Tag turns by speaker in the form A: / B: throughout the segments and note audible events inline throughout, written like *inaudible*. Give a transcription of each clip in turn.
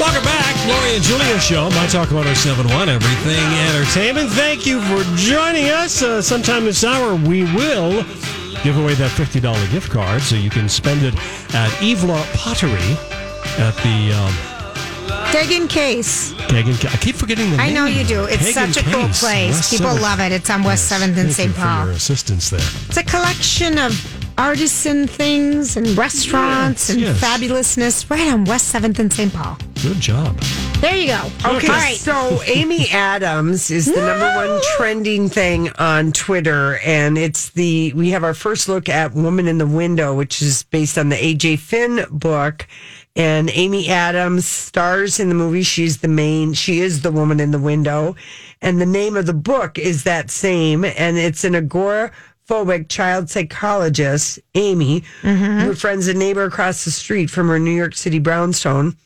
A: Welcome back, Lori and Julia Show, My Talk 1071, Everything Entertainment. Thank you for joining us. Uh, sometime this hour, we will give away that $50 gift card so you can spend it at Evla Pottery at the um,
B: Dagon Case.
A: Kagan. I keep forgetting the
B: I
A: name.
B: know you do. It's
A: Kagan
B: such a cool
A: Case,
B: place.
A: West
B: People
A: 7th.
B: love it. It's on West
A: Yes,
B: 7th and
A: thank
B: St.
A: you
B: Paul.
A: For your assistance there.
B: It's a collection of artisan things and restaurants
A: Yes,
B: and
A: yes.
B: fabulousness right on West 7th and St. Paul.
A: Good job.
B: There you go.
C: Okay,
B: All right.
C: so Amy Adams is the number one trending thing on Twitter, and it's the we have our first look at Woman in the Window, which is based on the AJ Finn book. And Amy Adams stars in the movie. She's the main, she is the woman in the window. And the name of the book is that same, and it's an agora phobic child psychologist, Amy,
B: Mm-hmm.
C: who friends a neighbor across the street from her New York City brownstone,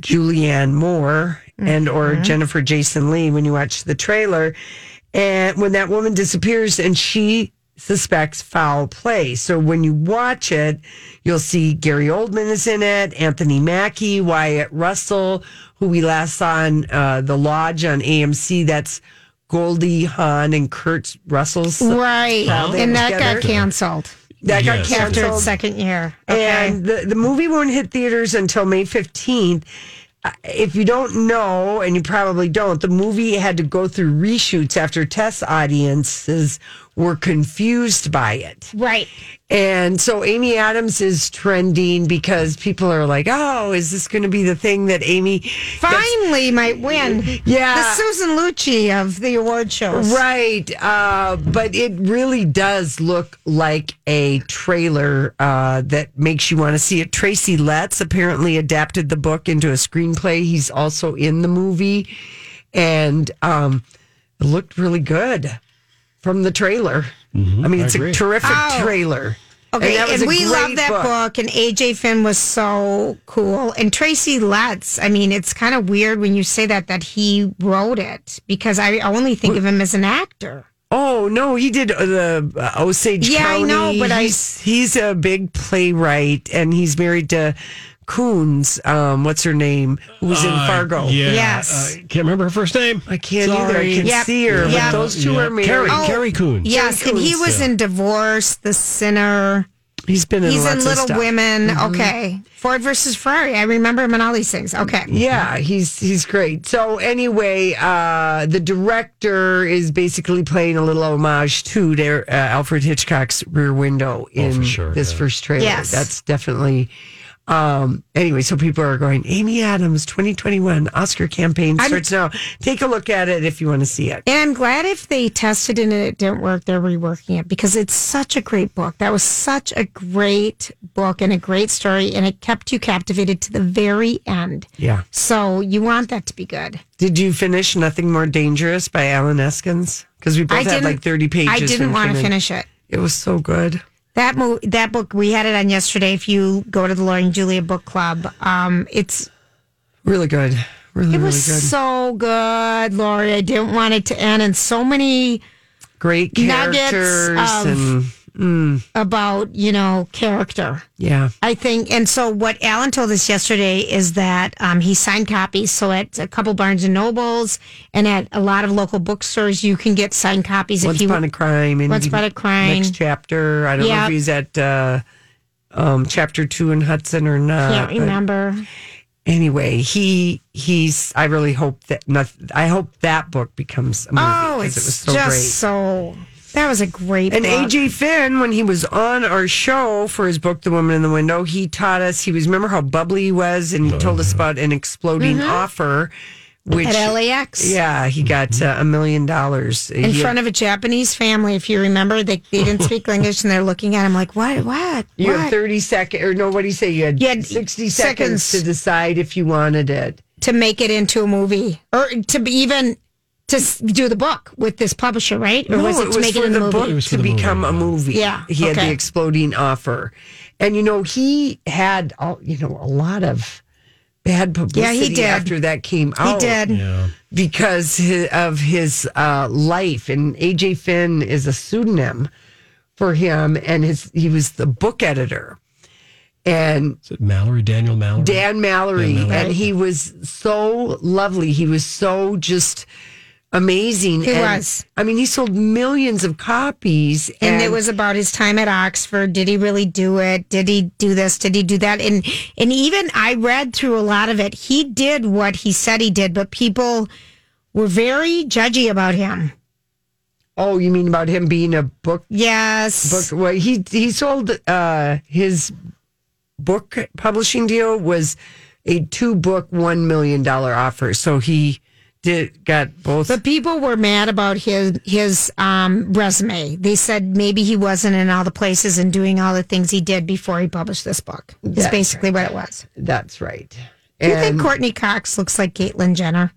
C: Julianne Moore and or
B: Mm-hmm.
C: Jennifer Jason Lee when you watch the trailer. And when that woman disappears and she suspects foul play. So when you watch it, you'll see Gary Oldman is in it, Anthony Mackie, Wyatt Russell, who we last saw on uh, The Lodge on AMC. That's Goldie Hawn and Kurt Russell's
B: Right.
C: Well, they
B: and
C: were
B: that
C: together.
B: got canceled
C: that got
A: Yes.
B: after
C: canceled.
B: its second year. Okay.
C: And the, the movie won't hit theaters until May 15th. Uh, If you don't know, and you probably don't, the movie had to go through reshoots after test audiences were confused by it.
B: right.
C: And so Amy Adams is trending because people are like, oh, is this going to be the thing that Amy.
B: Finally might win.
C: Yeah.
B: The Susan Lucci of the award shows.
C: Right. Uh, but it really does look like a trailer uh, that makes you want to see it. Tracy Letts apparently adapted the book into a screenplay. He's also in the movie. And um, it looked really good from the trailer. I mean, it's
A: agree.
C: a terrific
B: Oh.
C: trailer.
B: Okay,
C: that
B: and,
C: was a
B: we
C: great
B: love that book. And AJ Finn was so cool. And Tracy Letts, I mean, it's kind of weird when you say that that he wrote it because I only think of him as an actor.
C: Oh no, he did uh, the uh, Osage
B: Yeah, I
C: County.
B: know, but I-
C: he's, he's a big playwright, and he's married to Coons. Um, what's her name? Who's in
A: Uh,
C: Fargo?
A: Yeah,
B: Yes.
A: I can't remember her first name.
C: I can't either. I
A: Sorry.
C: can
B: Yep.
C: see her,
B: Yep.
C: but those two
A: Yeah.
C: are married.
A: Carrie,
B: Oh,
A: Carrie Coon.
B: Yes, and he
C: Coons,
B: was in Divorce, The Sinner.
C: He's been in
B: He's
C: lots
B: in
C: of
B: Little
C: stuff. Mm-hmm.
B: Women. Okay, Ford versus Ferrari. I remember him in all these things. Okay,
C: Yeah, he's he's great. So anyway, uh, the director is basically playing a little homage to their uh, Alfred Hitchcock's Rear Window in
A: Oh, for sure,
C: this
A: yeah.
C: first trailer.
B: Yes.
C: that's definitely. Um, anyway, so people are going. Amy Adams, 2021 Oscar campaign
B: I'm-
C: starts now. Take a look at it if you want to see it.
B: and I'm glad if they tested it and it didn't work, they're reworking it because it's such a great book. That was such a great book and a great story, and it kept you captivated to the very end.
C: Yeah.
B: So you want that to be good.
C: Did you finish Nothing More Dangerous by Alan Eskins? Because we both
B: I
C: had
B: didn't
C: like 30 pages.
B: I didn't
C: when
B: want to
C: finished.
B: finish it.
C: It was so good.
B: That mo- that book we had it on yesterday. If you go to the Laurie and Julia book club, um, it's
C: Really good. Really,
B: It
C: really good.
B: was so good, Lori. I didn't want it to end, and so many
C: Great
B: nuggets um,
C: characters
B: of
C: and
B: about, you know, character.
C: Yeah.
B: I think, and so what Alan told us yesterday is that um, he signed copies. So at a couple Barnes and Nobles and at a lot of local bookstores, you can get signed copies
C: Once
B: if you
C: upon a crime. And
B: Once Upon a Crime.
C: Next chapter. I don't know
B: Yeah.
C: if he's at uh, um, chapter two in Hudson or not.
B: can't
C: but-
B: remember.
C: anyway, he he's. I really hope that not, I hope that book becomes a movie.
B: Oh, it's
C: 'cause it was so
B: just
C: great.
B: so. That was a great
C: And
B: book.
C: AJ Finn, when he was on our show for his book, The Woman in the Window, he taught us. He was remember how bubbly he was, and he told us about an exploding offer, which
B: Mm-hmm. at LAX.
C: yeah, he got uh, a million dollars
B: In front of a Japanese family, if you remember, they, they
C: *laughs*
B: didn't speak English and they're looking at him like, what, what,
C: You have
B: what?
C: thirty second or no? What do you say? You had,
B: You had
C: 60 seconds,
B: seconds.
C: to decide if you wanted it.
B: to make it into a movie or to be even to s- do the book with this publisher, right? Or was it, to make it
C: for
B: in
C: the
B: a movie?
C: book
A: It was for
C: to
A: the movie,
C: become a movie.
B: Yeah,
C: he had the
B: okay.
C: exploding offer, and you know he had all you know a lot of bad publicity.
B: did.
C: after that came
B: He
C: out.
B: did.
C: because hi- of his uh, life, and AJ Finn is a pseudonym for him, and his he was the book editor. And
A: Is it Mallory? Daniel Mallory?
C: Dan Mallory,
A: Dan Mallory.
C: and he was so lovely. He was so just amazing.
B: He
C: and,
B: was.
C: I mean, he sold millions of copies,
B: And, it was about his time at Oxford. Did he really do it? Did he do this? Did he do that? And and even I read through a lot of it. He did what he said he did, but people were very judgy about him.
C: oh, you mean about him being a book
B: Yes.
C: book? Well, he he sold uh, his book publishing deal was a two book one million dollar offer, so he did got both.
B: But people were mad about his his um, resume. They said maybe he wasn't in all the places and doing all the things he did before he published this book. Is
C: That's
B: basically what it was.
C: That's right.
B: Do you think Courtney Cox looks like Caitlyn Jenner?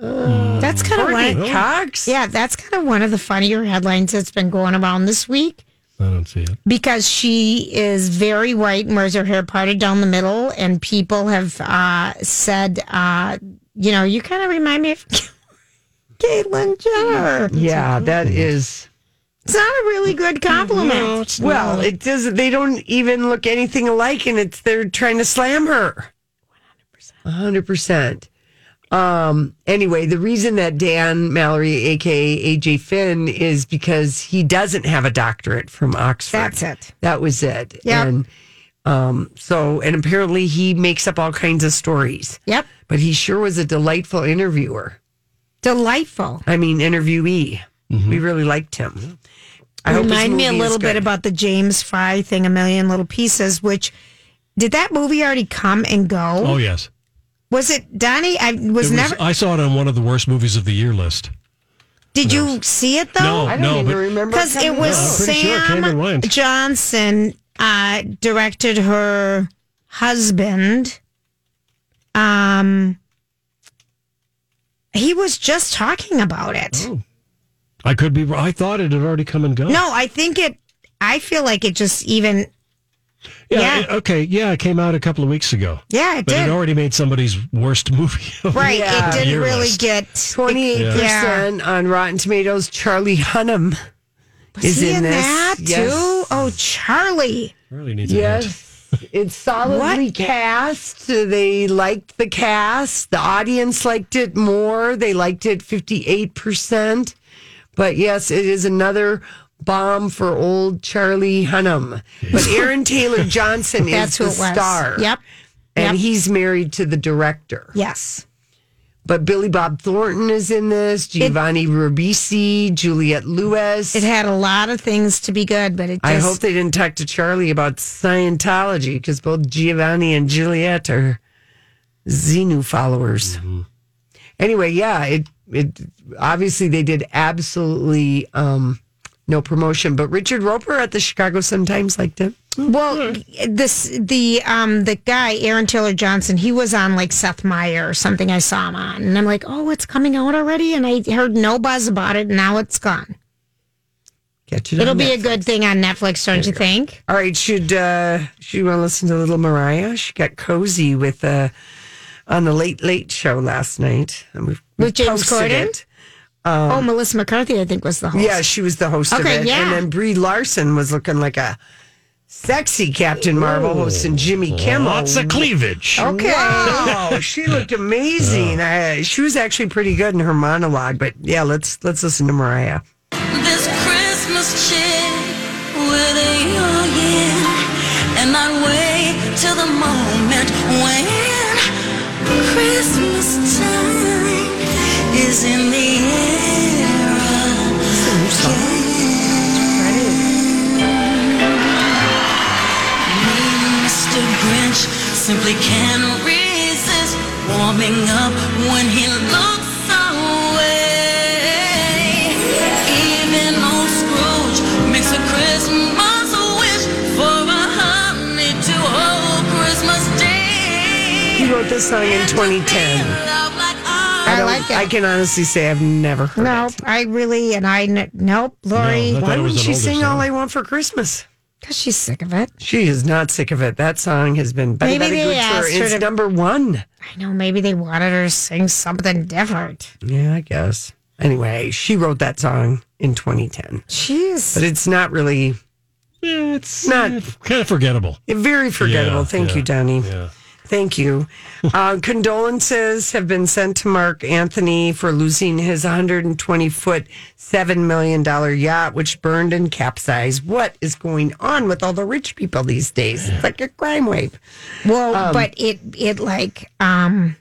B: that's kind of one.
C: Uh, Courtney Cox?
B: Yeah, that's kind of one of the funnier headlines that's been going around this week
A: I don't see it.
B: because she is very white and wears her hair parted down the middle, and people have uh, said, uh, you know, you kind of remind me of *laughs* Caitlyn Jenner.
C: Yeah, that
A: Mm-hmm.
C: is.
B: It's not a really good compliment.
C: Well, it doesn't. They don't even look anything alike, and it's they're trying to slam her. One hundred percent. Um. Anyway, the reason that Dan Mallory, aka AJ Finn, is because he doesn't have a doctorate from Oxford.
B: That's it.
C: That was it.
B: Yep.
C: And um. So, and apparently he makes up all kinds of stories,
B: Yep.
C: but he sure was a delightful interviewer.
B: Delightful.
C: I mean, interviewee. We really liked him. I hope his
B: Mm-hmm. Remind me a
C: movie is
B: little bit
C: good.
B: about the James Fry thing, A Million Little Pieces, which did that movie already come and go?
A: Oh, yes.
B: Was it Donnie? I was,
A: It was-
B: never.
A: I saw it on one of the worst movies of the year list.
B: did you see it though?
A: No.
C: I don't even
A: but-
C: remember
B: Because it
C: coming
B: was
C: out.
A: I'm pretty sure
B: Sam
A: Cameron Lyons.
B: Johnson uh, directed her husband. Um, he was just talking about it.
A: I could be. I thought it had already come and gone.
B: No, I think it. I feel like it just even.
A: Yeah.
B: yeah.
A: it- Okay. Yeah, it came out a couple of weeks ago.
B: Yeah, it
A: But
B: did.
A: it already made somebody's worst movie. of the
B: right,
C: Yeah.
B: it didn't
A: year
B: really
A: list.
B: get.
C: Twenty-eight percent on Rotten Tomatoes. Charlie Hunnam is
B: Is he
C: in
B: in
C: this.
B: that
C: Yes.
B: too? Oh, Charlie.
A: Really needs a hint.
C: Yes, it's solidly
B: What?
C: cast. They liked the cast. The audience liked it more. They liked it fifty-eight percent. But yes, it is another bomb for old Charlie Hunnam.
B: *laughs*
C: But Aaron Taylor Johnson is
B: That's who
C: the
B: it was.
C: star.
B: Yep.
C: and
B: Yep.
C: he's married to the director.
B: Yes.
C: But Billy Bob Thornton is in this, Giovanni Ribisi, Juliette Lewis.
B: It had a lot of things to be good, but it just.
C: I hope they didn't talk to Charlie about Scientology because both Giovanni and Juliet are Xenu followers.
B: Mm-hmm.
C: Anyway, yeah, it it obviously they did absolutely um, no promotion, but Richard Roper at the Chicago Sun Times liked it.
B: well, this the um the guy Aaron Taylor Johnson. He was on like Seth Meyer or something. I saw him on, and I'm like, oh, it's coming out already, and I heard no buzz about it. and Now it's gone.
C: Catch it.
B: It'll
C: on
B: be
C: Netflix.
B: a good thing on Netflix, don't you think?
C: All right, should uh should you want to listen to Little Mariah? She got cozy with uh on the Late Late Show last night, and we we
B: With James
C: posted
B: Corden?
C: it.
B: oh, Melissa McCarthy, I think, was the host.
C: Yeah, she was the host
B: Okay,
C: of it.
B: yeah.
C: And then Brie Larson was looking like a sexy Captain Marvel hosting Jimmy Kimmel.
D: Lots of cleavage.
B: Oh.
C: Okay. Wow, she looked amazing. I, she was actually pretty good in her monologue. But yeah, let's let's listen to Mariah.
E: This Christmas cheer with a young year, and I wait till the moment when Christmas time is in the air. again. Mr. Grinch simply can't resist warming up when he looks away. Even old Scrooge makes a Christmas wish for a honey to hold Christmas Day.
C: He wrote this song in 2010.
B: I like
C: I
B: it.
C: can honestly say I've never heard
B: No,
C: it.
B: I really, and I, kn- nope, Lori,
A: No, I thought
C: Why
A: it was
C: wouldn't
A: an
C: she
A: older
C: sing
A: song.
C: All I Want for Christmas?
B: 'cause she's sick of it.
C: She is not sick of it. That song has been Betty
B: Maybe
C: Betty
B: they
C: Good for
B: asked her
C: it's
B: to-
C: number one.
B: I know, maybe they wanted her to sing something different.
C: Yeah, I guess. Anyway, she wrote that song in 2010,
B: Jeez.
C: but it's not really
A: Yeah, it's
C: Not-
A: not kind of
B: *laughs*
A: forgettable.
C: very forgettable.
A: Yeah,
C: Thank
A: yeah,
C: you, Donnie.
A: Yeah. *laughs*
C: Thank you. Uh, condolences have been sent to Mark Anthony for losing his 120 foot, $7 million yacht, which burned and capsized. What is going on with all the rich people these days? It's like a crime wave.
B: Well, but it, it like, um,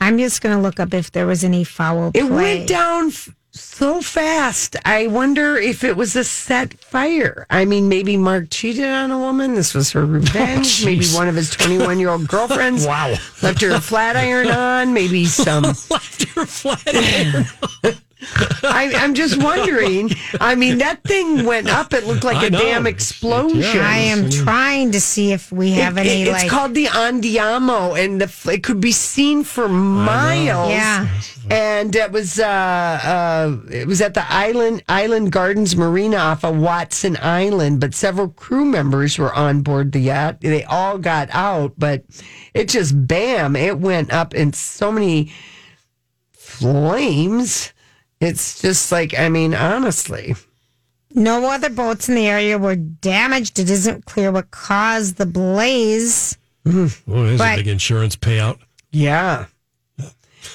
B: I'm just going to look up if there was any foul play.
C: It went down f- so fast. I wonder if it was a set fire. I mean, maybe Mark cheated on a woman. This
A: *laughs*
C: was her
A: Oh,
C: revenge. maybe one of his 21 year old girlfriends
D: Wow.
C: left her a flat iron on.
A: *laughs*
C: Maybe some.
D: Laughter flat.
C: I, I'm just wondering. I mean, that thing went up. It looked like
A: I
C: a
A: know.
C: damn
A: It-
C: explosion.
A: yeah.
B: I am trying to see if we have
C: It-
B: any,
C: it- it's
B: like,
C: called the Andiamo, and the fl- it could be seen for miles.
B: Yeah.
C: and it was uh, uh, it was at the Island Island Gardens Marina off of Watson Island. But several crew members were on board the yacht. They all got out, but it just bam! It went up in so many flames. It's just like I mean, honestly.
B: no other boats in the area were damaged. It isn't clear what caused the blaze.
A: Oh, there's
B: But-
A: a big insurance payout.
C: Yeah.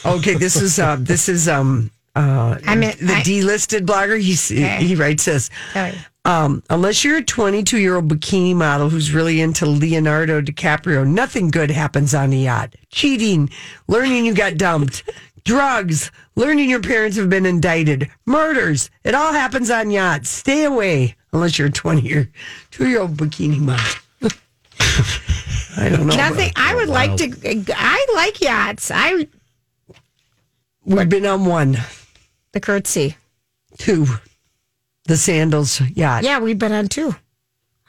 C: Okay, this is uh this is um uh
B: I mean,
C: the
B: I-
C: delisted blogger he's, he writes this.
B: Sorry.
C: Um, unless you're a 22 year old bikini model who's really into Leonardo DiCaprio, nothing good happens on the yacht. Cheating, learning you got dumped, drugs, learning your parents have been indicted, murders. It all happens on yachts. Stay away unless you're a 20 year, two year old bikini model. *laughs* I don't know.
B: Nothing. I would like to. I like yachts. I
C: We've been on one.
B: the curtsy.
C: two, the sandals yacht.
B: Yeah, we've been on two.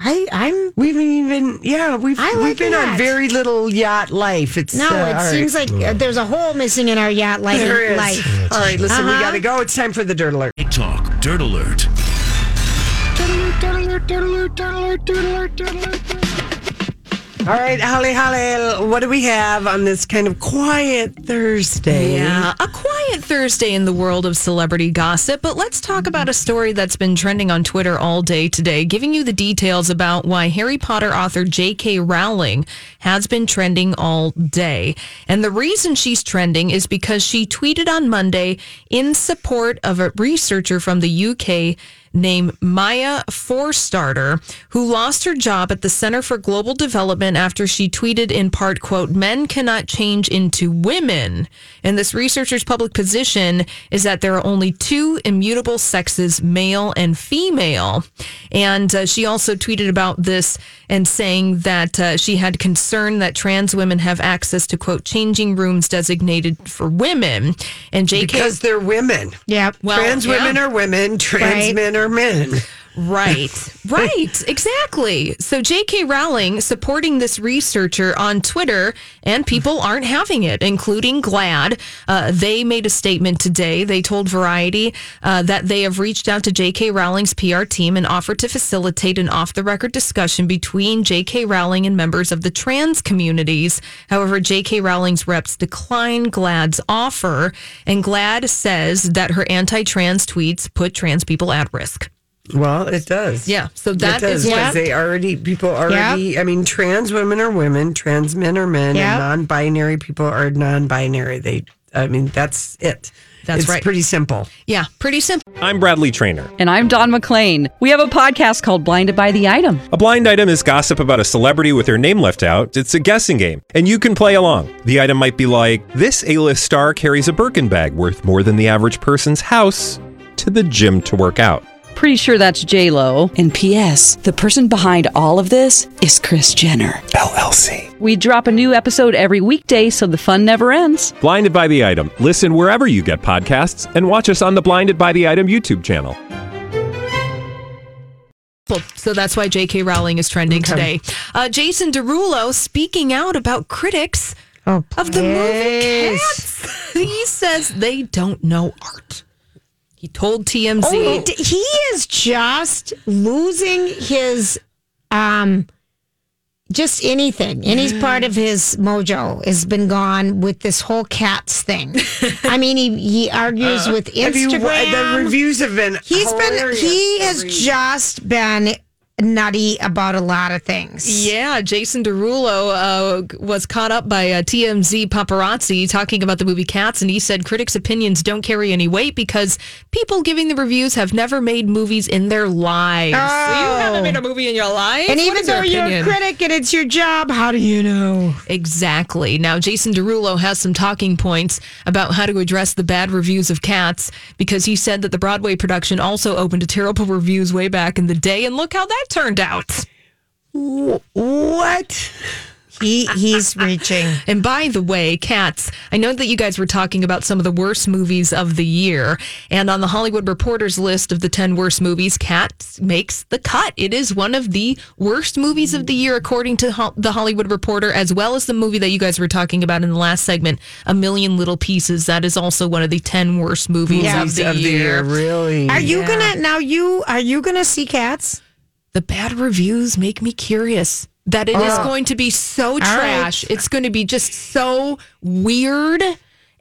B: I I'm
C: We've even yeah we've
B: I
C: we've
B: like
C: been on
B: that.
C: very little yacht life. It's
B: no.
C: uh, all
B: it
C: right.
B: seems like uh, there's a hole missing in our yacht life.
C: there is.
B: life.
C: All right, listen, we
B: Uh-huh.
C: got to go. It's time for the dirt alert.
D: Talk Dirt Alert.
C: All right, Holly, Holly, what do we have on this kind of quiet Thursday?
F: Yeah, a quiet Thursday in the world of celebrity gossip, but let's talk about a story that's been trending on Twitter all day today, giving you the details about why Harry Potter author J.K. Rowling has been trending all day. And the reason she's trending is because she tweeted on Monday in support of a researcher from the UK named Maya Forstarter, who lost her job at the Center for Global Development after she tweeted in part, quote, men cannot change into women. And this researcher's public position is that there are only two immutable sexes, male and female. And uh, she also tweeted about this and saying that uh, she had concern that trans women have access to, quote, changing rooms designated for women. And JK.
C: Because they're women.
B: Yeah.
F: Well,
C: trans
F: yeah.
C: women are women. Trans
B: Right.
C: men are men.
F: Right, right, exactly. So J.K. Rowling supporting this researcher on Twitter, and people aren't having it, including GLAD. Uh, they made a statement today. They told Variety uh, that they have reached out to J.K. Rowling's PR team and offered to facilitate an off the record discussion between J.K. Rowling and members of the trans communities. However, J.K. Rowling's reps declined GLAD's offer, and GLAD says that her anti trans tweets put trans people at risk.
C: Well, it does.
F: Yeah, so that
C: it does,
F: is what-
C: 'cause they already people already. I mean, trans women are women, trans men are men,
B: Yep.
C: and non-binary people are non-binary. They, I mean, that's it.
F: That's
C: It's
F: right.
C: Pretty simple.
F: Yeah, pretty simple.
G: I'm Bradley Trainer.
H: And I'm Don McClain. We have a podcast called Blinded by the Item.
G: A blind item is gossip about a celebrity with their name left out. It's a guessing game, and you can play along. The item might be like this: A-list star carries a Birkin bag worth more than the average person's house to the gym to work out.
H: Pretty sure that's J Lo.
I: And P.S. The person behind all of this is Chris Jenner.
G: LLC.
H: We drop a new episode every weekday, so the fun never ends.
G: Blinded by the item. Listen wherever you get podcasts, and watch us on the Blinded by the Item YouTube channel.
F: Well, So that's why J.K. Rowling is trending today. Uh, Jason Derulo speaking out about critics
B: Oh,
F: of the movie
B: please.
F: Cats. *laughs* He says they don't know art. He told TMZ.
B: Oh, he, d- he is just losing his um just anything. Any part of his mojo has been gone with this whole cats thing. I mean, he, he argues with
C: Have you-
B: Instagram.
C: the reviews have been.
B: He's been
C: hilarious
B: he
C: to
B: has
C: read.
B: just been nutty about a lot of things.
F: Yeah, Jason Derulo uh, was caught up by a TMZ paparazzi talking about the movie Cats, and he said critics' opinions don't carry any weight because people giving the reviews have never made movies in their lives. So you haven't made a movie in your life,
B: Oh. And
F: What
B: even
F: is your
B: though you're a
F: opinion?
B: critic and it's your job, how do you know?
F: Exactly. Now, Jason Derulo has some talking points about how to address the bad reviews of Cats because he said that the Broadway production also opened to terrible reviews way back in the day, and look how that turned out.
C: What?
B: He he's reaching.
F: And by the way, Cats, I know that you guys were talking about some of the worst movies of the year. And on the Hollywood Reporter's list of the 10 worst movies, Cats makes the cut. It is one of the worst movies of the year, according to Ho- the Hollywood Reporter, as well as the movie that you guys were talking about in the last segment, A Million Little Pieces. That is also one of the 10 worst movies of, the,
C: of the
F: year.
C: year, really?
B: Are you gonna now you are you gonna see cats?
F: The bad reviews make me curious. That it is going to be so trash. It's going to be just so weird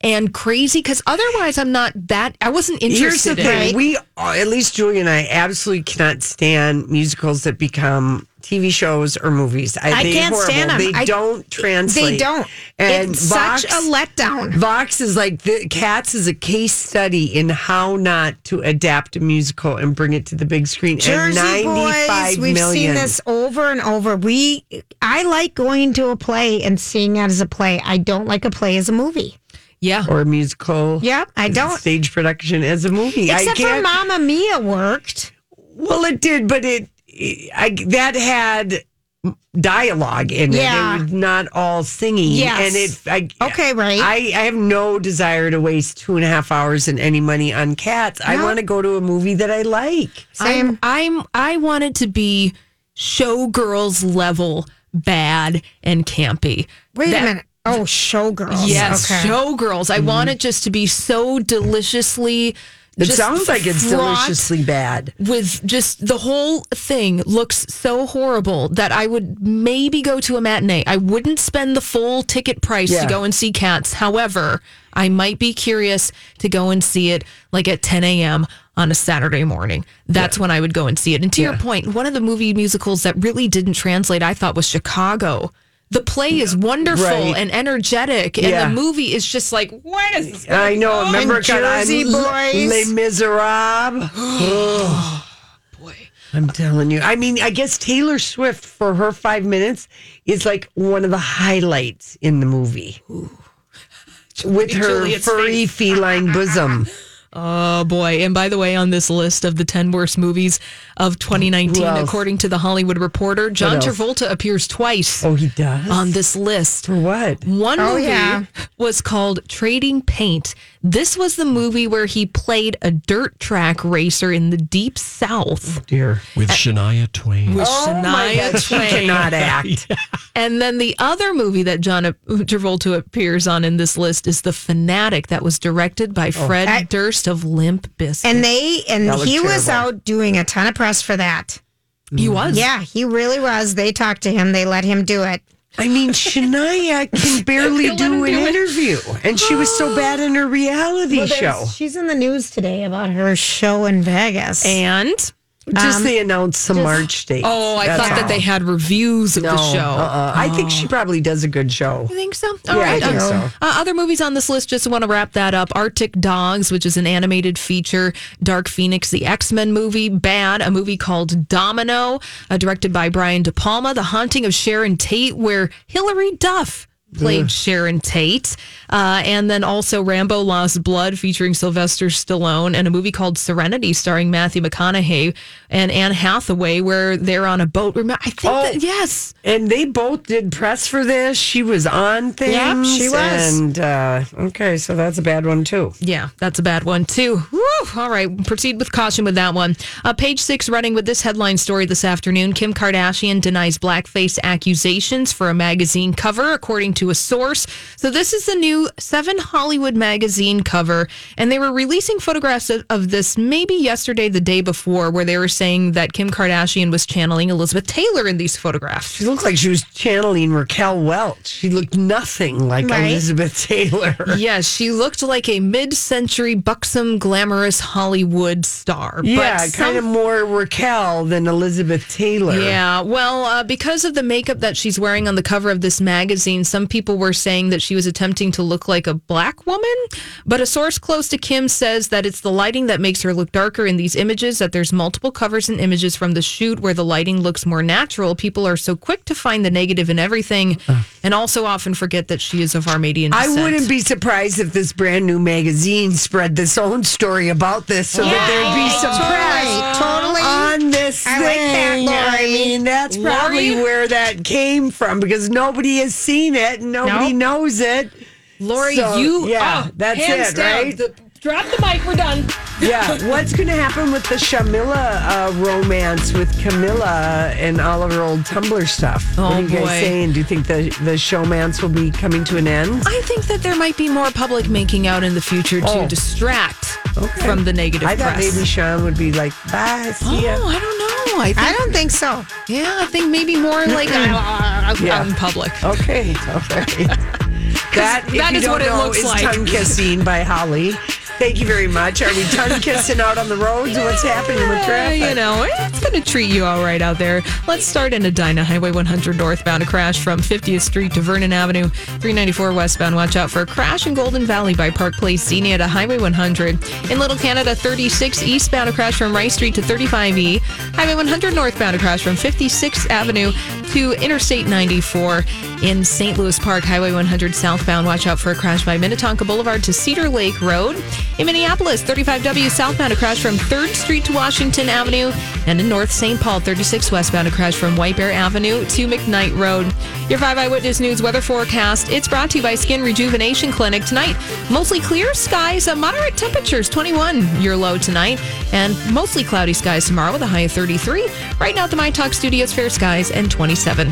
F: and crazy because otherwise I'm not that, I wasn't
C: Here's the
F: interested in
C: thing:
F: it.
C: we, at least Julie and I, absolutely cannot stand musicals that become TV shows or movies.
B: I
C: they
B: can't stand 'em.
C: They
B: I-
C: don't translate.
B: They don't.
C: And
B: it's
C: Vox,
B: such a letdown.
C: Vox is like the Cats is a case study in how not to adapt a musical and bring it to the big screen.
B: Jersey
C: and
B: Boys,
C: 95
B: we've seen
C: million.
B: this over and over. We, I like going to a play and seeing it as a play. I don't like a play as a movie.
F: yeah.
C: or a musical.
B: Yep, I
C: as a
B: don't.
C: stage production as a movie. I
B: Except for
C: can't-
B: Mamma Mia worked.
C: Well, it did, but it I that had dialogue in
B: Yeah.
C: it. It was not all singing.
B: Yes.
C: And it I,
B: Okay, right.
C: I, I have no desire to waste two and a half hours and any money on cats. I
B: No.
C: want to go to a movie that I like.
B: Same.
F: I'm, I'm, I want it to be showgirls level bad and campy.
B: Wait
F: That-
B: a minute. Oh, Showgirls.
F: Yes,
B: Okay.
F: showgirls. I want it just to be so deliciously.
C: Mm-hmm. It
F: just
C: sounds like it's
F: fraught
C: deliciously bad.
F: with just the whole thing looks so horrible that I would maybe go to a matinee. I wouldn't spend the full ticket price
C: Yeah.
F: to go and see Cats. However, I might be curious to go and see it like at 10 a.m. on a Saturday morning. That's when I would go and see it. And to your point, one of the movie musicals that really didn't translate, I thought, was Chicago. The play is wonderful
C: Right.
F: and energetic, and
C: Yeah.
F: the movie is just like, what is this?
C: I know. Remember,
B: Oh, And Jersey
C: I'm-
B: Boys.
C: Les Miserables.
F: Boy.
C: I'm telling you. I mean, I guess Taylor Swift for her five minutes is like one of the highlights in the movie. With her
F: Juliet's
C: furry feline bosom.
F: *laughs* Oh boy. And by the way, on this list of the 10 worst movies of 2019,
C: Who else?
F: according to The Hollywood Reporter, John
C: else?
F: Travolta appears twice
C: Oh, he does?
F: on this list. *laughs*
C: For what?
F: One
B: Oh,
F: movie
B: yeah.
F: was called Trading Paint. This was the movie where he played a dirt track racer in the deep south.
C: Dear.
B: Uh,
A: With Shania Twain.
F: With
C: Oh my
F: Shania
C: God, she
F: Twain.
C: cannot
F: *laughs*
C: act.
F: And then the other movie that John Travolta appears on in this list is The Fanatic, that was directed by
C: Oh.
F: Fred
B: I-
F: Durst of Limp Bizkit.
B: And they and
F: That looked
B: he was
F: terrible.
B: out doing a ton of press for that.
F: He was.
B: Yeah, he really was. They talked to him. They let him do it.
C: I mean, Shania can barely do an interview, and she was so bad in her reality
B: Well,
C: show.
B: there's- She's in the news today about her show in Vegas.
F: And
C: just
B: um,
C: they announced some
B: just-
C: March dates.
F: Oh, I
C: That's
F: thought that
C: all.
F: they had reviews of the
C: No,
F: show. Oh.
C: uh-uh. I think she probably does a good show.
F: You think so?
C: Yeah,
F: All
C: I
F: right.
C: think
F: Uh,
C: so.
F: uh, other movies on this list, just want to wrap that up Arctic Dogs, which is an animated feature, Dark Phoenix, the X Men movie, Bad, a movie called Domino, uh, directed by Brian De Palma, The Haunting of Sharon Tate, where Hilary Duff played Sharon Tate, uh, and then also Rambo Lost Blood featuring Sylvester Stallone, and a movie called Serenity starring Matthew McConaughey and Anne Hathaway, where they're on a boat. Remember, I think
C: Oh.
F: that, yes.
C: And they both did press for this. She was on things.
F: Yeah, she was.
C: And uh, okay, so that's a bad one too.
F: Yeah, that's a bad one too. Woo! All right, proceed with caution with that one. Uh, page six, running with this headline story this afternoon: Kim Kardashian denies blackface accusations for a magazine cover, according to a source. So this is the new Seven Hollywood magazine cover, and they were releasing photographs of, of this maybe yesterday, the day before, where they were saying that Kim Kardashian was channeling Elizabeth Taylor in these photographs.
C: She looked like she was channeling Raquel Welch. She looked nothing like
F: Right.
C: Elizabeth Taylor. *laughs*
F: Yes, she looked like a mid-century buxom, glamorous Hollywood star.
C: Yeah,
F: but
C: kind of more Raquel than Elizabeth Taylor.
F: Yeah, well, uh, because of the makeup that she's wearing on the cover of this magazine, some people were saying that she was attempting to look like a black woman. But a source close to Kim says that it's the lighting that makes her look darker in these images, that there's multiple covers and images from the shoot where the lighting looks more natural. People are so quick to find the negative in everything and also often forget that she is of Armenian
C: Uh. I
F: descent.
C: wouldn't be surprised if this brand new magazine spread this own story about this so that there'd be some press
B: totally.
C: on this
B: I like that,
C: thing. I
B: Lori.
C: mean, that's probably
F: Lori?
C: where that came from because nobody has seen it and nobody knows it.
F: Lori,
C: So,
F: you
C: yeah,
F: oh,
C: that's
F: hands
C: it,
F: down,
C: right?
F: the- drop the mic, we're done.
B: *laughs*
C: yeah, what's going to happen with the Shamila uh, romance with Camilla and all of her old Tumblr stuff? what
F: Oh,
C: are you guys
F: boy.
C: saying? Do you think the the showmance will be coming to an end?
F: I think that there might be more public making out in the future to
C: Oh.
F: distract
C: Okay.
F: from the negative
C: I thought
F: press.
C: maybe Sean would be like, bye,
F: oh,
C: see ya.
F: I don't know. I think,
B: I don't think so.
F: yeah, I think maybe more like uh,
C: *clears throat*
F: out
C: Yeah.
F: in public.
C: Okay, all right. That, if
F: that
C: you
F: is
C: don't
F: what it
C: know,
F: looks
C: is
F: like.
C: Tongue kissing by Holly. Thank you very much. Are we
F: *laughs*
C: tongue kissing out on the roads? What's happening with
F: Yeah,
C: traffic?
F: You know, it's going to treat you all right out there. Let's start in Edina, Highway 100 northbound, a crash from 50th Street to Vernon Avenue, 394 westbound. Watch out for a crash in Golden Valley by Park Place, Xenia to Highway 100. In Little Canada, 36 eastbound, a crash from Rice Street to 35E. Highway 100 northbound, a crash from 56th Avenue to Interstate 94. In St. Louis Park, Highway 100 southbound, watch out for a crash by Minnetonka Boulevard to Cedar Lake Road. In Minneapolis, 35W southbound, a crash from 3rd Street to Washington Avenue. And in North St. Paul, 36 westbound, a crash from White Bear Avenue to McKnight Road. Your 5 Eyewitness News weather forecast. It's brought to you by Skin Rejuvenation Clinic. Tonight, mostly clear skies, uh, moderate temperatures, 21 your low tonight. And mostly cloudy skies tomorrow with a high of 33. Right now at the My Talk Studios, fair skies and 27.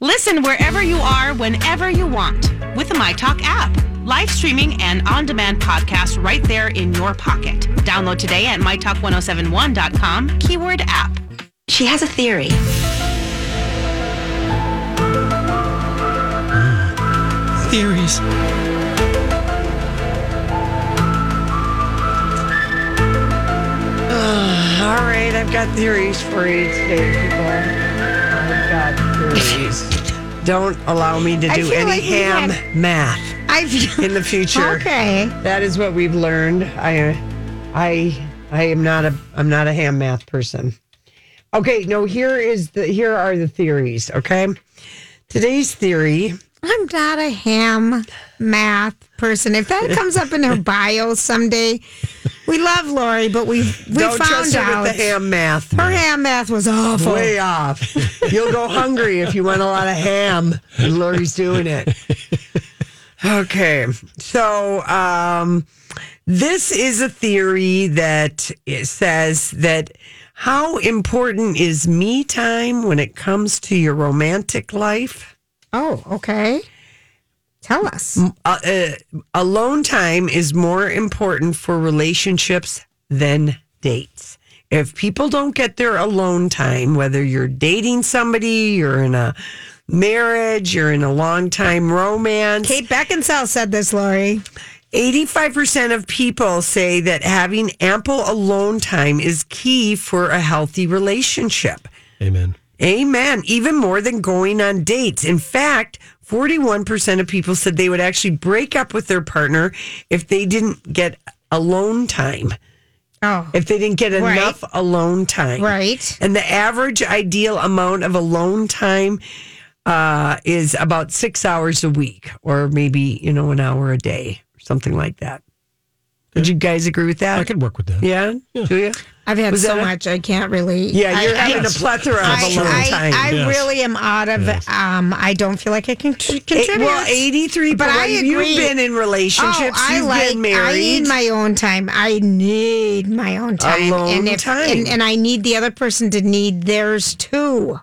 J: Listen wherever you are, whenever you want, with the MyTalk app. Live streaming and on demand podcasts right there in your pocket. Download today at mytalk1071.com, keyword app.
K: She has a theory.
A: Theories.
C: *sighs* all right, I've got theories for you today, people. Oh, I've got
F: *laughs*
C: theories. Don't allow me to
B: I
C: do
B: feel
C: any
B: like we
C: ham
B: had-
C: math
B: I *laughs* feel
C: in the future.
B: okay.
C: That is what we've learned. I, I, I am not a I'm not a ham math person. Okay, no. Here is the here are the theories. Okay, today's theory.
B: I'm not a ham math person. If that comes up in
C: *laughs*
B: her bio someday, we love Lori, but we we
C: Don't
B: found
C: trust her
B: out
C: with the ham math.
B: her ham math was awful.
C: Way off. You'll go hungry if you want a lot of ham. And Lori's doing it. Okay, so um, This is a theory that it says that how important is me time when it comes to your romantic life?
B: Oh, okay. Tell us.
C: Uh, uh, alone time is more important for relationships than dates. If people don't get their alone time, whether you're dating somebody, you're in a marriage, you're in a long time romance.
B: Kate Beckinsale said this, Lori.
C: 85% of people say that having ample alone time is key for a healthy relationship.
A: Amen.
C: Amen. Even more than going on dates. In fact, 41% of people said they would actually break up with their partner if they didn't get alone time.
B: Oh.
C: If they didn't get
B: Right.
C: enough alone time.
B: Right.
C: And the average ideal amount of alone time uh, is about six hours a week or maybe, you know, an hour a day or something like that. Would you guys agree with
B: uh,
C: that?
A: I could work with that.
C: Yeah? Julia?
B: I've had
C: Was
B: so
C: that a-
B: much I can't really.
C: Yeah, you're
B: I,
C: having a plethora of
B: I,
C: alone
B: I,
C: time.
B: I
C: Yes.
B: really am out of. Um, I don't feel like I can tr-
C: It-
B: contribute.
C: well, 83,
B: but I agree.
C: You've been in relationships.
B: Oh, I
C: you've
B: like.
C: been
B: I
C: married.
B: need my own time. I need my own time.
C: Alone
B: and if,
C: time.
B: And, and I need the other person to need theirs too.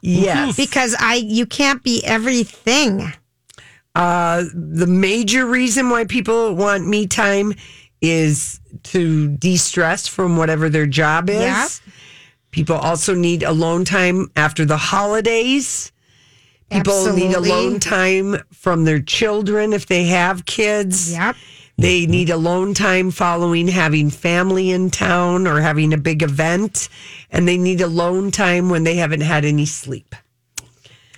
B: *laughs*
C: Yes.
B: Because I, you can't be everything.
C: Uh, the major reason why people want me time is to de stress from whatever their job is.
B: Yep.
C: People also need alone time after the holidays. People need
B: Absolutely.
C: alone time from their children if they have kids.
B: Yep.
A: Mm-hmm.
C: They need alone time following having family in town or having a big event. And they need alone time when they haven't had any sleep.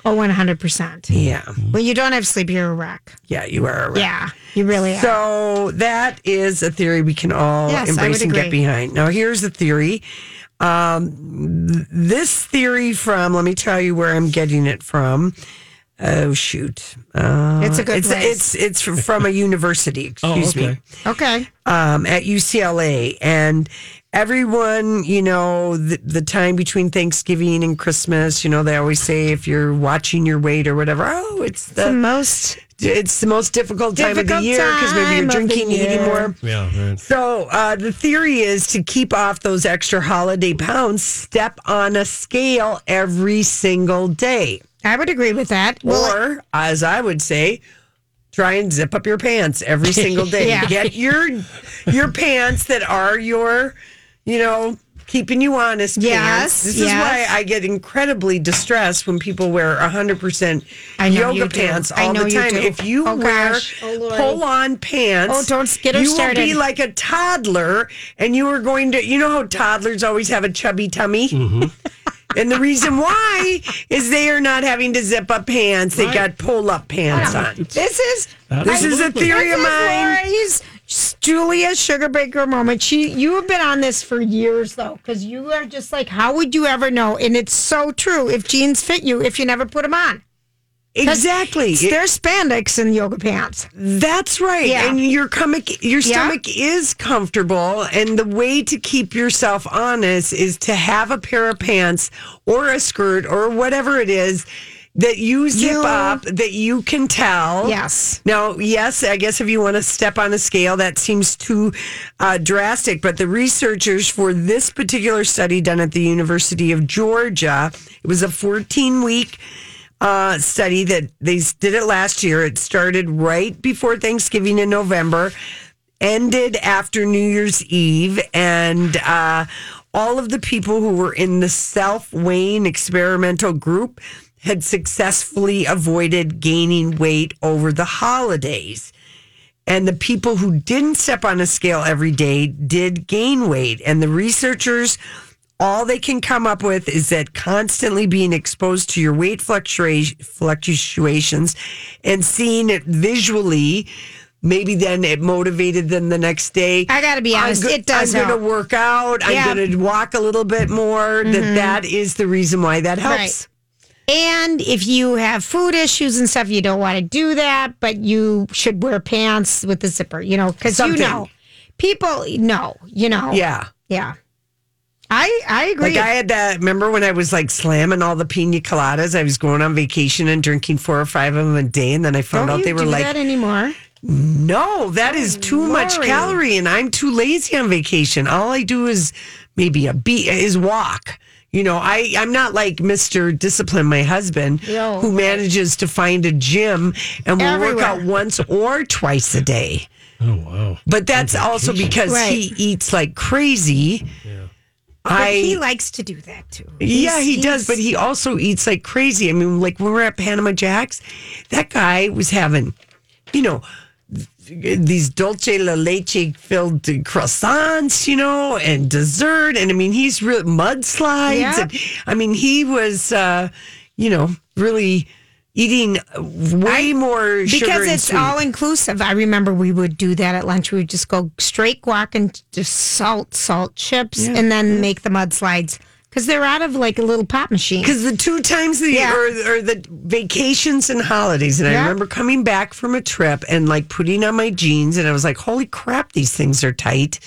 B: Oh, 100%.
A: Mm-hmm.
C: Yeah.
B: When you don't have sleep, you're a wreck.
C: Yeah, you are right.
B: Yeah, you really are.
C: So that is a theory we can all
B: Yes, I
C: embrace
B: would
C: and get
B: agree.
C: behind. Now here's the theory. Um, th- this theory from let me tell you where I'm getting it from. Oh shoot, uh,
B: It's a good
C: It's
B: place.
C: it's, it's from a university.
A: *laughs* Oh,
C: Excuse me
A: okay.
B: okay.
C: um, at UCLA, and everyone, you know, the, the time between Thanksgiving and Christmas, you know, they always say if you're watching your weight or whatever, oh, it's the,
B: the most-
C: it's the most difficult time of
B: Difficult
C: the year because maybe
B: time
C: you're
B: of the
C: drinking, eating
B: year.
C: more.
A: Yeah, right.
C: So uh, the theory is to keep off those extra holiday pounds. Step on a scale every single day,
B: I would agree with that. Well,
C: or as I would say, try and zip up your pants every single
B: *laughs*
C: day.
B: Yeah.
C: Get your your pants that are your, you know, keeping you honest
B: Yes,
C: pants. This is
B: yes.
C: why I get incredibly distressed when people wear 100%
B: I know you
C: yoga
B: do.
C: pants
B: I
C: all
B: know
C: the
B: you
C: time.
B: do.
C: if you
B: Oh,
C: wear
B: gosh. Oh, Lord.
C: pull-on pants,
B: Oh, don't get us
C: you will be
B: started.
C: like a toddler and you are going to, you know how toddlers always have a chubby tummy? And the reason why is they are not having to zip up pants. They got pull up pants on.
B: this is
C: This is a theory
B: this
C: of
B: is
C: mine.
B: Lori's s- Julia Sugarbaker moment. She, you have been on this for years though, because you are just like, how would you ever know? And it's so true. If jeans fit you, if you never put them on,
C: Exactly.
B: It's- there's spandex in yoga pants.
C: That's right.
B: Yeah.
C: And your stomach, your
B: Yeah.
C: stomach is comfortable. And the way to keep yourself honest is to have a pair of pants or a skirt or whatever it is that you zip
B: You-
C: up that you can tell.
B: Yes.
C: Now, yes, I guess if you want to step on a scale, that seems too uh, drastic. But the researchers for this particular study done at the University of Georgia, it was a 14 week uh, study that they s- did it last year. It started right before Thanksgiving in November, ended after New Year's Eve, and uh, all of the people who were in the self weighing experimental group had successfully avoided gaining weight over the holidays. And the people who didn't step on a scale every day did gain weight. And the researchers, all they can come up with is that constantly being exposed to your weight fluctua- fluctuations and seeing it visually, maybe then it motivated them the next day.
B: I gotta be
C: I'm
B: honest,
C: go-
B: it does
C: I'm going
B: help.
C: to work out.
B: Yeah. Mm-hmm.
C: I'm going to walk a little bit more. That that is the reason why that helps.
B: Right. And if you have food issues and stuff, you don't want to do that, but you should wear pants with a zipper, you know, because you
C: Something.
B: know, people know, you know.
C: Yeah.
B: Yeah. I, I agree.
C: Like I had that. Remember when I was like slamming all the pina coladas? I was going on vacation and drinking four or five of them a day, and then I found
B: don't
C: out
B: you
C: they were
B: do
C: like
B: that anymore.
C: No, that is too much
B: Lori.
C: calorie, and I'm too lazy on vacation. All I do is maybe a beat is walk. You know, I I'm not like Mr. Discipline, my husband,
B: No.
C: who manages to find a gym and will work out once or twice a day.
A: Oh wow!
C: But that's also because he eats like crazy.
B: But
C: I
B: he likes to do that too.
C: yeah,
B: He's-
C: he
B: he's-
C: does, but he also eats like crazy. I mean, like when we were at Panama Jack's, that guy was having, you know, th- these dulce la leche filled croissants, you know, and dessert. And I mean, he's real mudslides.
B: Yeah.
C: And, I mean, he was, uh, you know, really eating way more sugar
B: because
C: and
B: it's
C: sweet.
B: all inclusive. I remember we would do that at lunch. We would just go straight guac and just salt, salt chips,
C: Yeah.
B: and then make the mudslides because they're out of like a little pop machine.
C: Because the two times the
B: Yeah.
C: or, or the vacations and holidays, and I
B: Yeah.
C: remember coming back from a trip and like putting on my jeans, and I was like, "Holy crap, these things are tight."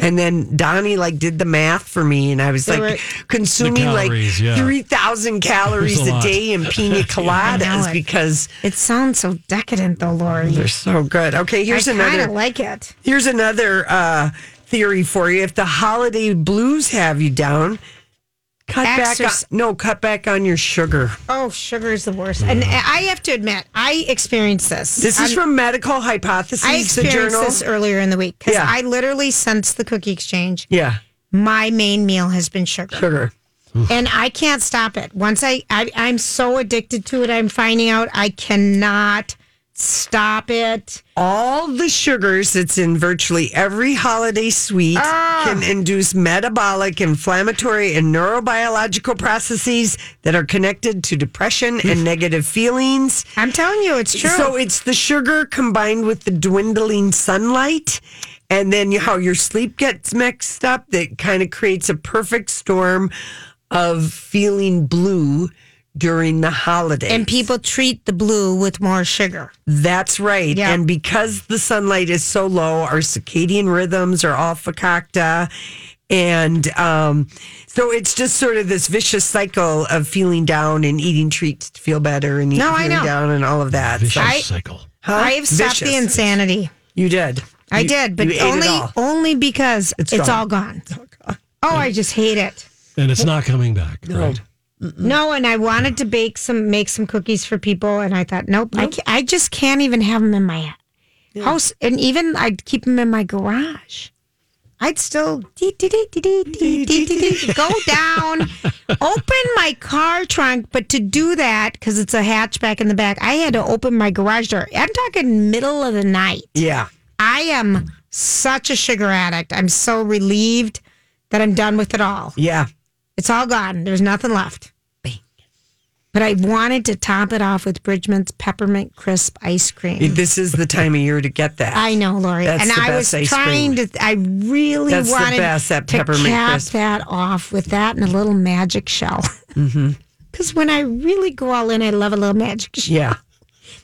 C: And then Donnie like did the math for me, and I was
B: They
C: like
B: were-
C: consuming
A: The calories,
C: like
A: yeah.
C: three thousand calories
A: There's a
C: a,
A: lot. *laughs*
C: day in pina coladas
B: I know it.
C: because
B: it sounds so decadent, though, Lori.
C: they're so good. Okay, here's
B: I kind
C: another
B: of like it.
C: Here's another uh, theory for you. If the holiday blues have you down, cut back.
B: Exerc-
C: On, no, cut back on your sugar.
B: Oh, sugar is the worst, and I have to admit, I experienced this.
C: This
B: I'm-
C: is from Medical Hypotheses,
B: I
C: the
B: experienced
C: journal.
B: this earlier in the week because
C: Yeah.
B: I literally since the cookie exchange,
C: yeah,
B: my main meal has been sugar.
C: sugar.
B: and I can't stop it. Once I, I I'm so addicted to it, I'm finding out I cannot stop it.
C: All the sugars that's in virtually every holiday sweet can induce metabolic, inflammatory, and neurobiological processes that are connected to depression and negative feelings.
B: I'm telling you, it's true.
C: So it's the sugar combined with the dwindling sunlight, and then how your sleep gets mixed up that kind of creates a perfect storm of feeling blue during the holidays.
B: and people treat the blue with more sugar.
C: That's right.
B: Yeah.
C: And because the sunlight is so low, our circadian rhythms are off fakakta. And um, so it's just sort of this vicious cycle of feeling down and eating treats to feel better and eat-
B: No, I
C: feeling
B: know.
C: down and all of that.
A: Vicious
C: So-
B: I-
A: cycle.
C: Huh?
B: I have stopped
C: Vicious.
B: the insanity.
C: You did.
B: I
C: You-
B: did, but
C: you ate it
B: only
C: all.
B: only because
C: It's
B: it's,
C: gone.
B: all gone. Oh, I just hate it.
A: And it's not coming back. Right?
B: No, and I wanted to bake some, make some cookies for people, and I thought, nope, I, ca I just can't even have them in my house, and even I'd keep them in my garage. I'd still dee, dee, dee, dee, dee, dee, dee, dee, dee, go down, *laughs* open my car trunk, but to do that because it's a hatchback in the back, I had to open my garage door. I'm talking middle of the night.
C: Yeah.
B: I am such a sugar addict. I'm so relieved that I'm done with it all.
C: Yeah.
B: It's all gone. There's nothing left. But I wanted to top it off with Bridgman's peppermint crisp ice cream.
C: This is the time of year to get that.
B: I know, Lori,
C: That's
B: and
C: the
B: I was
C: best ice
B: trying to. I really
C: That's the
B: wanted
C: best, that
B: to
C: peppermint
B: cap
C: crisp.
B: that off with that and a little magic shell.
C: Mm-hmm.
B: *laughs* Because when I really go all in, I love a little magic shell.
C: Yeah.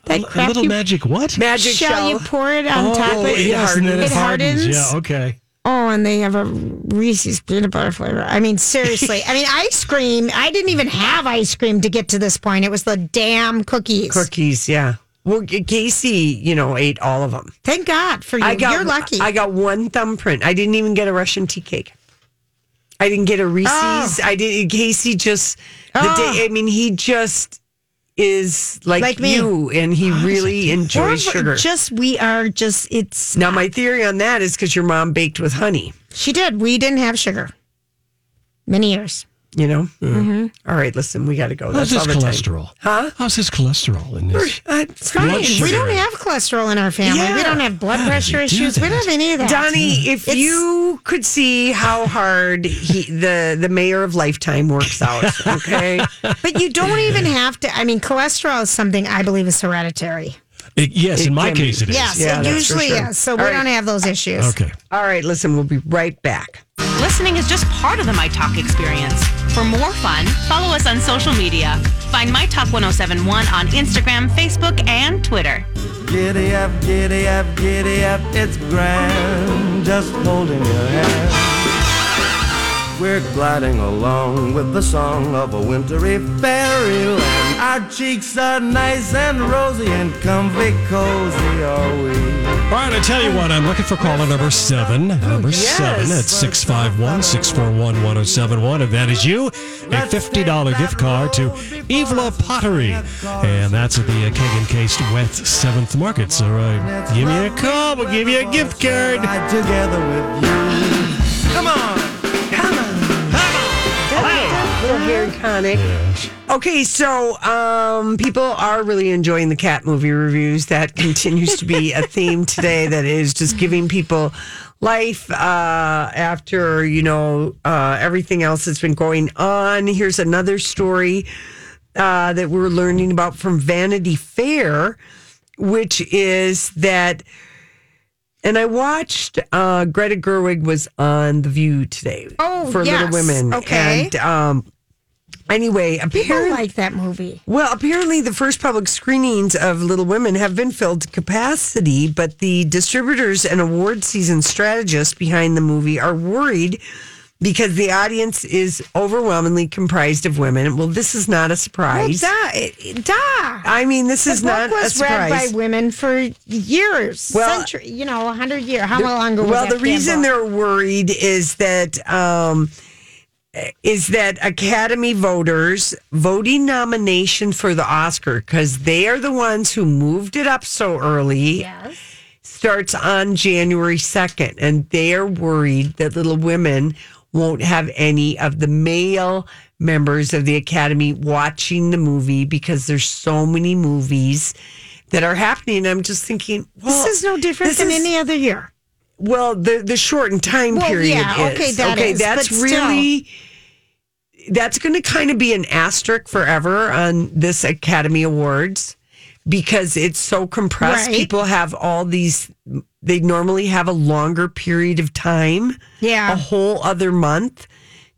B: That
A: A
B: crap
A: little
B: you
A: magic what? Oh,
C: Magic Oh,
B: shell, you pour it on top of it.
A: yes, and then
B: it hardens.
A: Yeah, okay.
B: Oh, and they have a Reese's peanut butter flavor. I mean,
C: *laughs*
B: seriously. I mean, ice cream. I didn't even have ice cream to get to this point. It was the damn cookies.
C: Cookies. Yeah. Well, G- Casey, you know, ate all of them.
B: Thank God for you.
C: I got,
B: You're lucky.
C: I got one thumbprint. I didn't even get a Russian tea cake. I didn't get a Reese's. I didn't. Casey just the
B: Oh.
C: day. I mean, he just is like,
B: Like me.
C: you, and he really
B: Or
C: enjoys sugar.
B: Just we are just. It's
C: now, my theory on that is because your mom baked with honey.
B: she did. We didn't have sugar. Many years.
C: You know.
B: Mm-hmm.
C: Mm-hmm. All right, listen, we got to go.
A: How's
C: That's
A: his
C: all the time.
A: cholesterol? Huh? How's his cholesterol in this?
C: Uh, it's
A: Blood
C: fine.
A: sugar.
B: We don't have cholesterol in our family.
C: Yeah.
B: We don't have blood pressure
A: do
B: issues.
A: that?
B: We don't have any of that.
C: Donnie, if
B: It's-
C: you could see how hard he, the the mayor of Lifetime works out, okay?
B: *laughs* But you don't even have to. I mean, cholesterol is something I believe is hereditary.
A: It- yes,
C: It
A: in my
C: can be.
A: case it is.
B: Yes,
C: Yeah,
B: it
C: that's for
B: usually
C: sure.
B: is. So
C: All
B: we
C: right.
B: don't have those issues.
A: Okay.
C: All right, listen, we'll be right back.
J: Listening is just part of the My Talk experience. For more fun, follow us on social media. Find My Talk 1071 on Instagram, Facebook, and Twitter.
E: Giddy up, giddy up, giddy up, it's grand, just holding your hand. We're gliding along with the song of a wintry fairyland.
K: Our cheeks are nice and rosy and comfy cozy are we.
A: All right, I tell you what, I'm looking for caller number seven.
B: Oh,
A: Number
K: yes.
A: seven at 651 641 1071. If oh that is you, a $50 gift card to Evla Pottery. And that's at the uh, Kagan Case West 7th Market. So, uh, give me a call, we'll give you a gift card.
K: Together with you. Come on.
C: Little Harry Connick. Okay, so um, people are really enjoying the cat movie reviews. That *laughs* continues to be a theme today. That is just giving people life uh, after you know uh, everything else that's been going on. Here's another story uh, that we're learning about from Vanity Fair, which is that. And I watched uh, Greta Gerwig was on The View today
B: Oh,
C: for
B: yes.
C: Little Women.
B: Okay.
C: And um, anyway,
B: People
C: apparently,
B: like that movie.
C: well, apparently the first public screenings of Little Women have been filled to capacity, but the distributors and award season strategists behind the movie are worried because the audience is overwhelmingly comprised of women. Well, this is not a surprise.
B: Well, Oh, duh, it- it- duh.
C: I mean, this is
B: the book
C: not a
B: was read
C: surprise.
B: by women for years,
C: Well,
B: century, you know, hundred years. How
C: The-
B: long ago? was
C: Well,
B: that
C: the
B: damn
C: reason
B: book?
C: they're worried is that um, is that Academy voters voting nomination for the Oscar because they are the ones who moved it up so early. Yes. Starts on January second, and they're worried that Little Women won't have any of the male members of the Academy watching the movie because there's so many movies that are happening. I'm just thinking, well,
B: this is no different
C: this
B: than
C: is-
B: any other year.
C: well, the the shortened time
B: Well,
C: period
B: yeah,
C: is
B: okay, that
C: okay.
B: is,
C: that's
B: but still.
C: really that's going to kind of be an asterisk forever on this Academy Awards because it's so compressed.
B: Right.
C: People have all these. They normally have a longer period of time,
B: Yeah.
C: a whole other month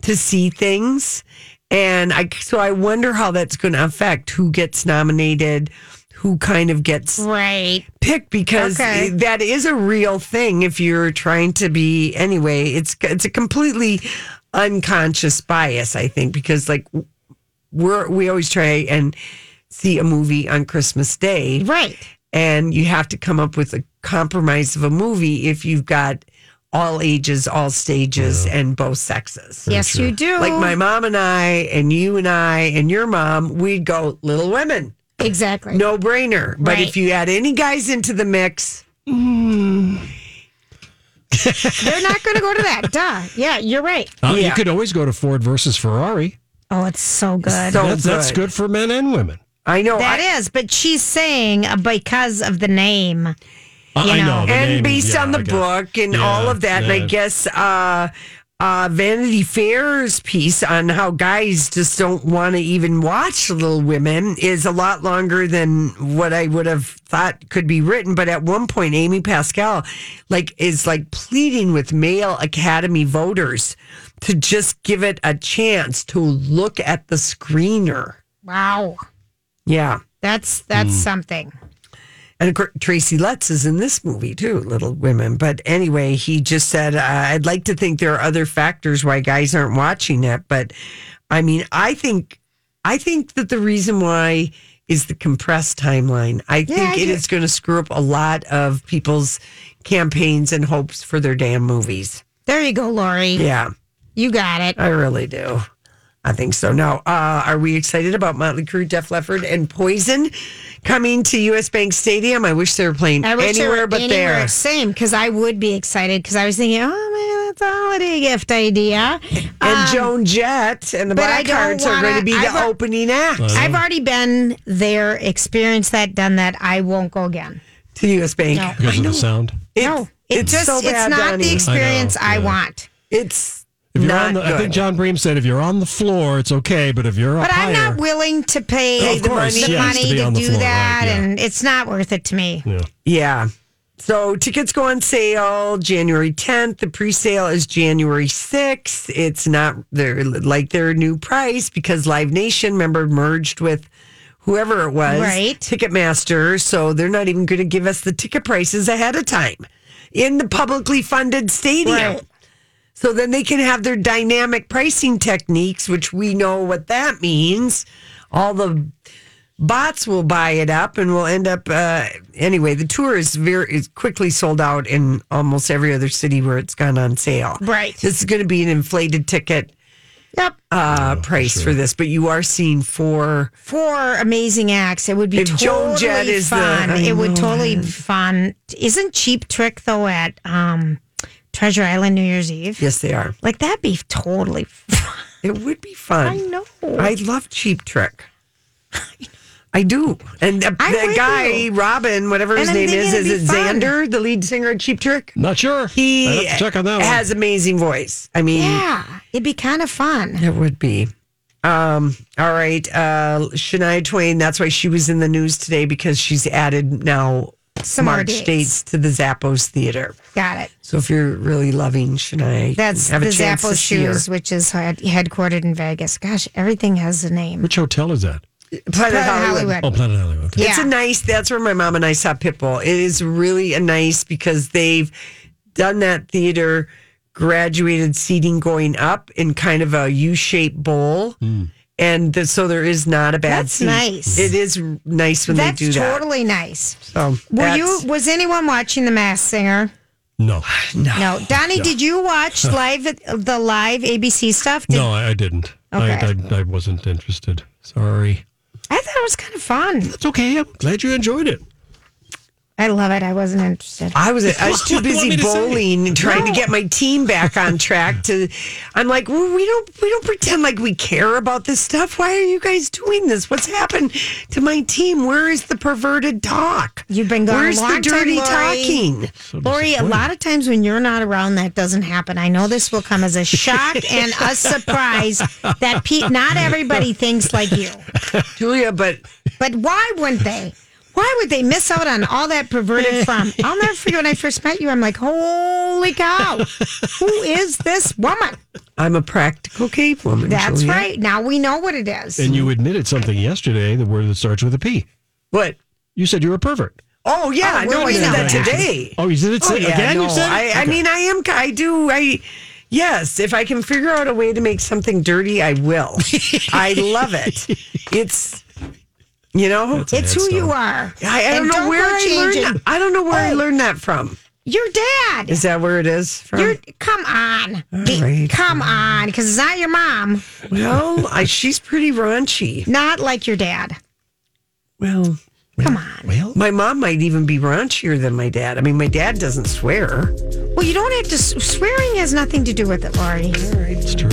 C: to see things, and I so I wonder how that's going to affect who gets nominated, who kind of gets
B: Right.
C: pick because
B: Okay.
C: that is a real thing if you're trying to be anyway it's it's a completely unconscious bias i think because like we're we always try and see a movie on christmas day
B: Right.
C: and you have to come up with a compromise of a movie if you've got all ages all stages and both sexes
B: yes, you do.
C: like my mom and i and you and i and your mom we'd go little women
B: Exactly.
C: no brainer. But
B: Right.
C: if you add any guys into the mix,
B: They're not going to go to that. Duh. Yeah, you're right.
A: Uh, You
C: Yeah.
A: could always go to Ford versus Ferrari.
B: Oh, it's so good.
C: so
A: That's,
C: good.
A: that's good for men and women.
C: I know.
B: That
C: I-
B: is, but she's saying uh, because of the name.
A: I-
B: You
A: I
B: know.
A: know. the
C: and
A: name,
C: based
A: yeah,
C: on the
A: I guess.
C: book and
A: Yeah,
C: all of that, and I
A: yeah.
C: guess uh, uh, Vanity Fair's piece on how guys just don't want to even watch Little Women is a lot longer than what I would have thought could be written. But at one point, Amy Pascal like is like pleading with male Academy voters to just give it a chance to look at the screener.
B: Wow.
C: Yeah.
B: That's that's
C: Mm.
B: something.
C: And of course, Tracy Letts is in this movie too, Little Women. But anyway, he just said, uh, I'd like to think there are other factors why guys aren't watching it. But I mean, I think, I think that the reason why is the compressed timeline. I
B: I
C: think it
B: do.
C: is going to screw up a lot of people's campaigns and hopes for their damn movies.
B: There you go, Lori.
C: Yeah,
B: You got it.
C: I really do. I think so. Now, uh, are we excited about Motley Crue, Def Leppard, and Poison coming to US Bank Stadium? I wish they were playing
B: I wish they
C: anywhere
B: were
C: but
B: anywhere
C: there.
B: Same, because I would be excited because I was thinking, oh, maybe that's a holiday gift idea.
C: and
B: Um,
C: Joan Jett and the
B: but I don't
C: Blackhearts are
B: wanna-
C: going to be
B: I've
C: the
B: al-
C: opening act
B: I've already been there, experienced that, done that. I won't go again.
C: to U.S. Bank.
B: No.
A: Because of the sound.
C: It's,
B: no, it
C: it's
B: just
C: so
B: it's
C: bad,
B: not
C: Donnie.
B: the experience I,
A: yeah.
B: want.
C: It's
A: If you're
C: not
A: on the,
C: good.
A: I think John Bream said if you're on the floor, it's okay, but if you're
B: But
A: up
B: I'm
A: higher,
B: not willing to
A: Oh,
B: pay
A: of
B: the
A: course,
B: money, the
A: yeah, it has to
B: money
A: be
B: to
A: on the
B: do
A: floor, right,
B: that,
A: yeah. Mm.
B: and it's not worth it to me.
A: yeah.
C: yeah. So tickets go on sale January 10th. The pre-sale is January 6th. It's not their like their new price because Live Nation member merged with whoever it was,
B: Right.
C: Ticketmaster. So they're not even going to give us the ticket prices ahead of time in the publicly funded stadium.
B: Right.
C: So then they can have their dynamic pricing techniques, which we know what that means. All the bots will buy it up and we'll end up uh, anyway the tour is very is quickly sold out in almost every other city where it's gone on sale
B: right
C: this is going to be an inflated ticket
B: yep
C: uh, price for this but you are seeing four
B: four amazing acts. It would be
C: If Joan
B: totally
C: Jett is the-
B: fun.
C: I
B: it would
C: know,
B: totally be fun. Isn't Cheap Trick though at um, Treasure Island New Year's Eve?
C: yes they are
B: Like that'd be totally fun.
C: it would be fun
B: I know.
C: i love cheap trick I do, and the,
B: I'm
C: the
B: with
C: guy
B: you.
C: Robin, whatever his
B: And I'm
C: name
B: thinking
C: is,
B: it'd
C: is
B: be
C: it
B: fun.
C: Xander, the lead singer of Cheap Trick?
A: Not sure.
C: He
A: I'd have to check on that one.
C: has amazing voice. I mean,
B: Yeah, it'd be kind of fun.
C: It would be. Um, all right. Uh, Shania Twain, that's why she was in the news today because she's added now
B: Some more
C: March
B: dates.
C: dates. to the Zappos Theater.
B: Got it.
C: So if you're really loving Shania, you
B: That's
C: have
B: the
C: a chance
B: Zappo
C: to see her.
B: Shoes, which is head- headquartered in Vegas. Gosh, everything has a name.
A: Which hotel is that?
C: Planet Hollywood.
A: Oh, Planet Hollywood. Okay.
C: It's a nice. That's where my mom and I saw Pitbull. It is really a nice because they've done that theater graduated seating going up in kind of a U-shaped bowl, and th- so there is not a bad
B: That's
C: seat.
B: nice.
C: It is r- nice when
B: That's
C: they do that.
B: totally nice.
C: So
B: Were
C: that's-
B: you? Was anyone watching The Masked Singer?
A: No,
C: *sighs*
B: No, Donnie,
A: No.
B: did you
C: *laughs*
B: watch live the live ABC stuff? Did,
A: no, I, I didn't.
B: Okay.
A: I, I, I wasn't interested. Sorry.
B: I thought it was kind of fun.
A: It's okay. I'm glad you enjoyed it.
B: I love it. I wasn't interested.
C: I was
B: *laughs*
C: I was too
A: What do you want me
C: busy
A: to say?
C: bowling, trying to get my team back on track. To I'm like, well, we don't we don't pretend like we care about this stuff. Why are you guys doing this? What's happened to my team? Where is the perverted talk?
B: You've been gone.
C: Where's
B: a long
C: the dirty
B: time, Lori.
C: talking?
B: Lori, a lot of times when you're not around, that doesn't happen. I know this will come as a
C: *laughs*
B: shock and a surprise that Pete, not everybody thinks like you.
C: Julia, but
B: But why wouldn't they? Why would they miss out on all that perverted fun? I'll never forget when I first met you. I'm like, holy cow, who is this woman?
C: I'm a practical cave woman.
B: That's
C: Julia.
B: right. Now we know what it is.
A: And you admitted something yesterday, the word that starts with a P.
C: What?
A: You said you were a pervert.
C: Oh yeah,
B: Oh,
C: no,
B: we
C: I did
B: know
C: that
B: that.
C: today.
A: Oh, you did it
C: Oh,
A: say-
C: yeah,
A: again? you
C: no,
A: said it?
C: I, I
A: Okay.
C: mean, I am. I do. I yes. If I can figure out a way to make something dirty, I will.
A: *laughs*
C: I love it. It's you know.
A: a
B: It's
A: head
B: who you
A: start.
B: are.
C: I, I don't
B: And
C: know
B: don't
C: where
B: go
C: I learned.
B: changing. Oh.
C: that- I don't know where I learned that from.
B: Your dad.
C: Is that where it is from?
B: You're, come on. Be-
C: right.
B: Come on. Because it's not your mom.
C: well, I, she's pretty raunchy.
B: Not like your dad.
C: Well,
B: Come on.
A: Well,
C: my mom might even be raunchier than my dad. I mean, my dad doesn't swear.
B: Well, you don't have to. s- Swearing has nothing to do with it, Lori.
A: it's true.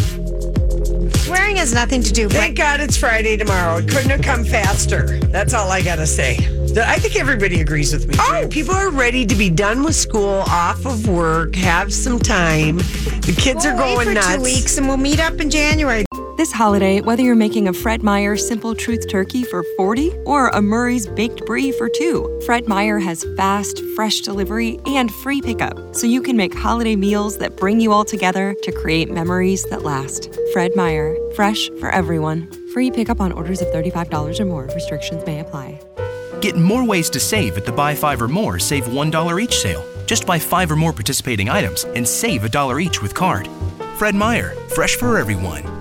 B: Swearing has nothing to do.
C: Thank
B: But
C: God it's Friday tomorrow. It couldn't have come faster. That's all I got to say. Th- I think everybody agrees with me. Oh, people are ready to be done with school, off of work, have some time. The kids are
B: go away
C: going
B: for
C: nuts.
B: two weeks, and we'll meet up in January.
L: This holiday, whether you're making a Fred Meyer Simple Truth Turkey for 40 or a Murray's Baked Brie for two, Fred Meyer has fast, fresh delivery and free pickup, so you can make holiday meals that bring you all together to create memories that last. Fred Meyer, fresh for everyone. Free pickup on orders of $35 or more. Restrictions may apply.
M: Get more ways to save at the Buy Five or More Save $1 each sale. Just buy five or more participating items and save a dollar each with card. Fred Meyer, fresh for everyone.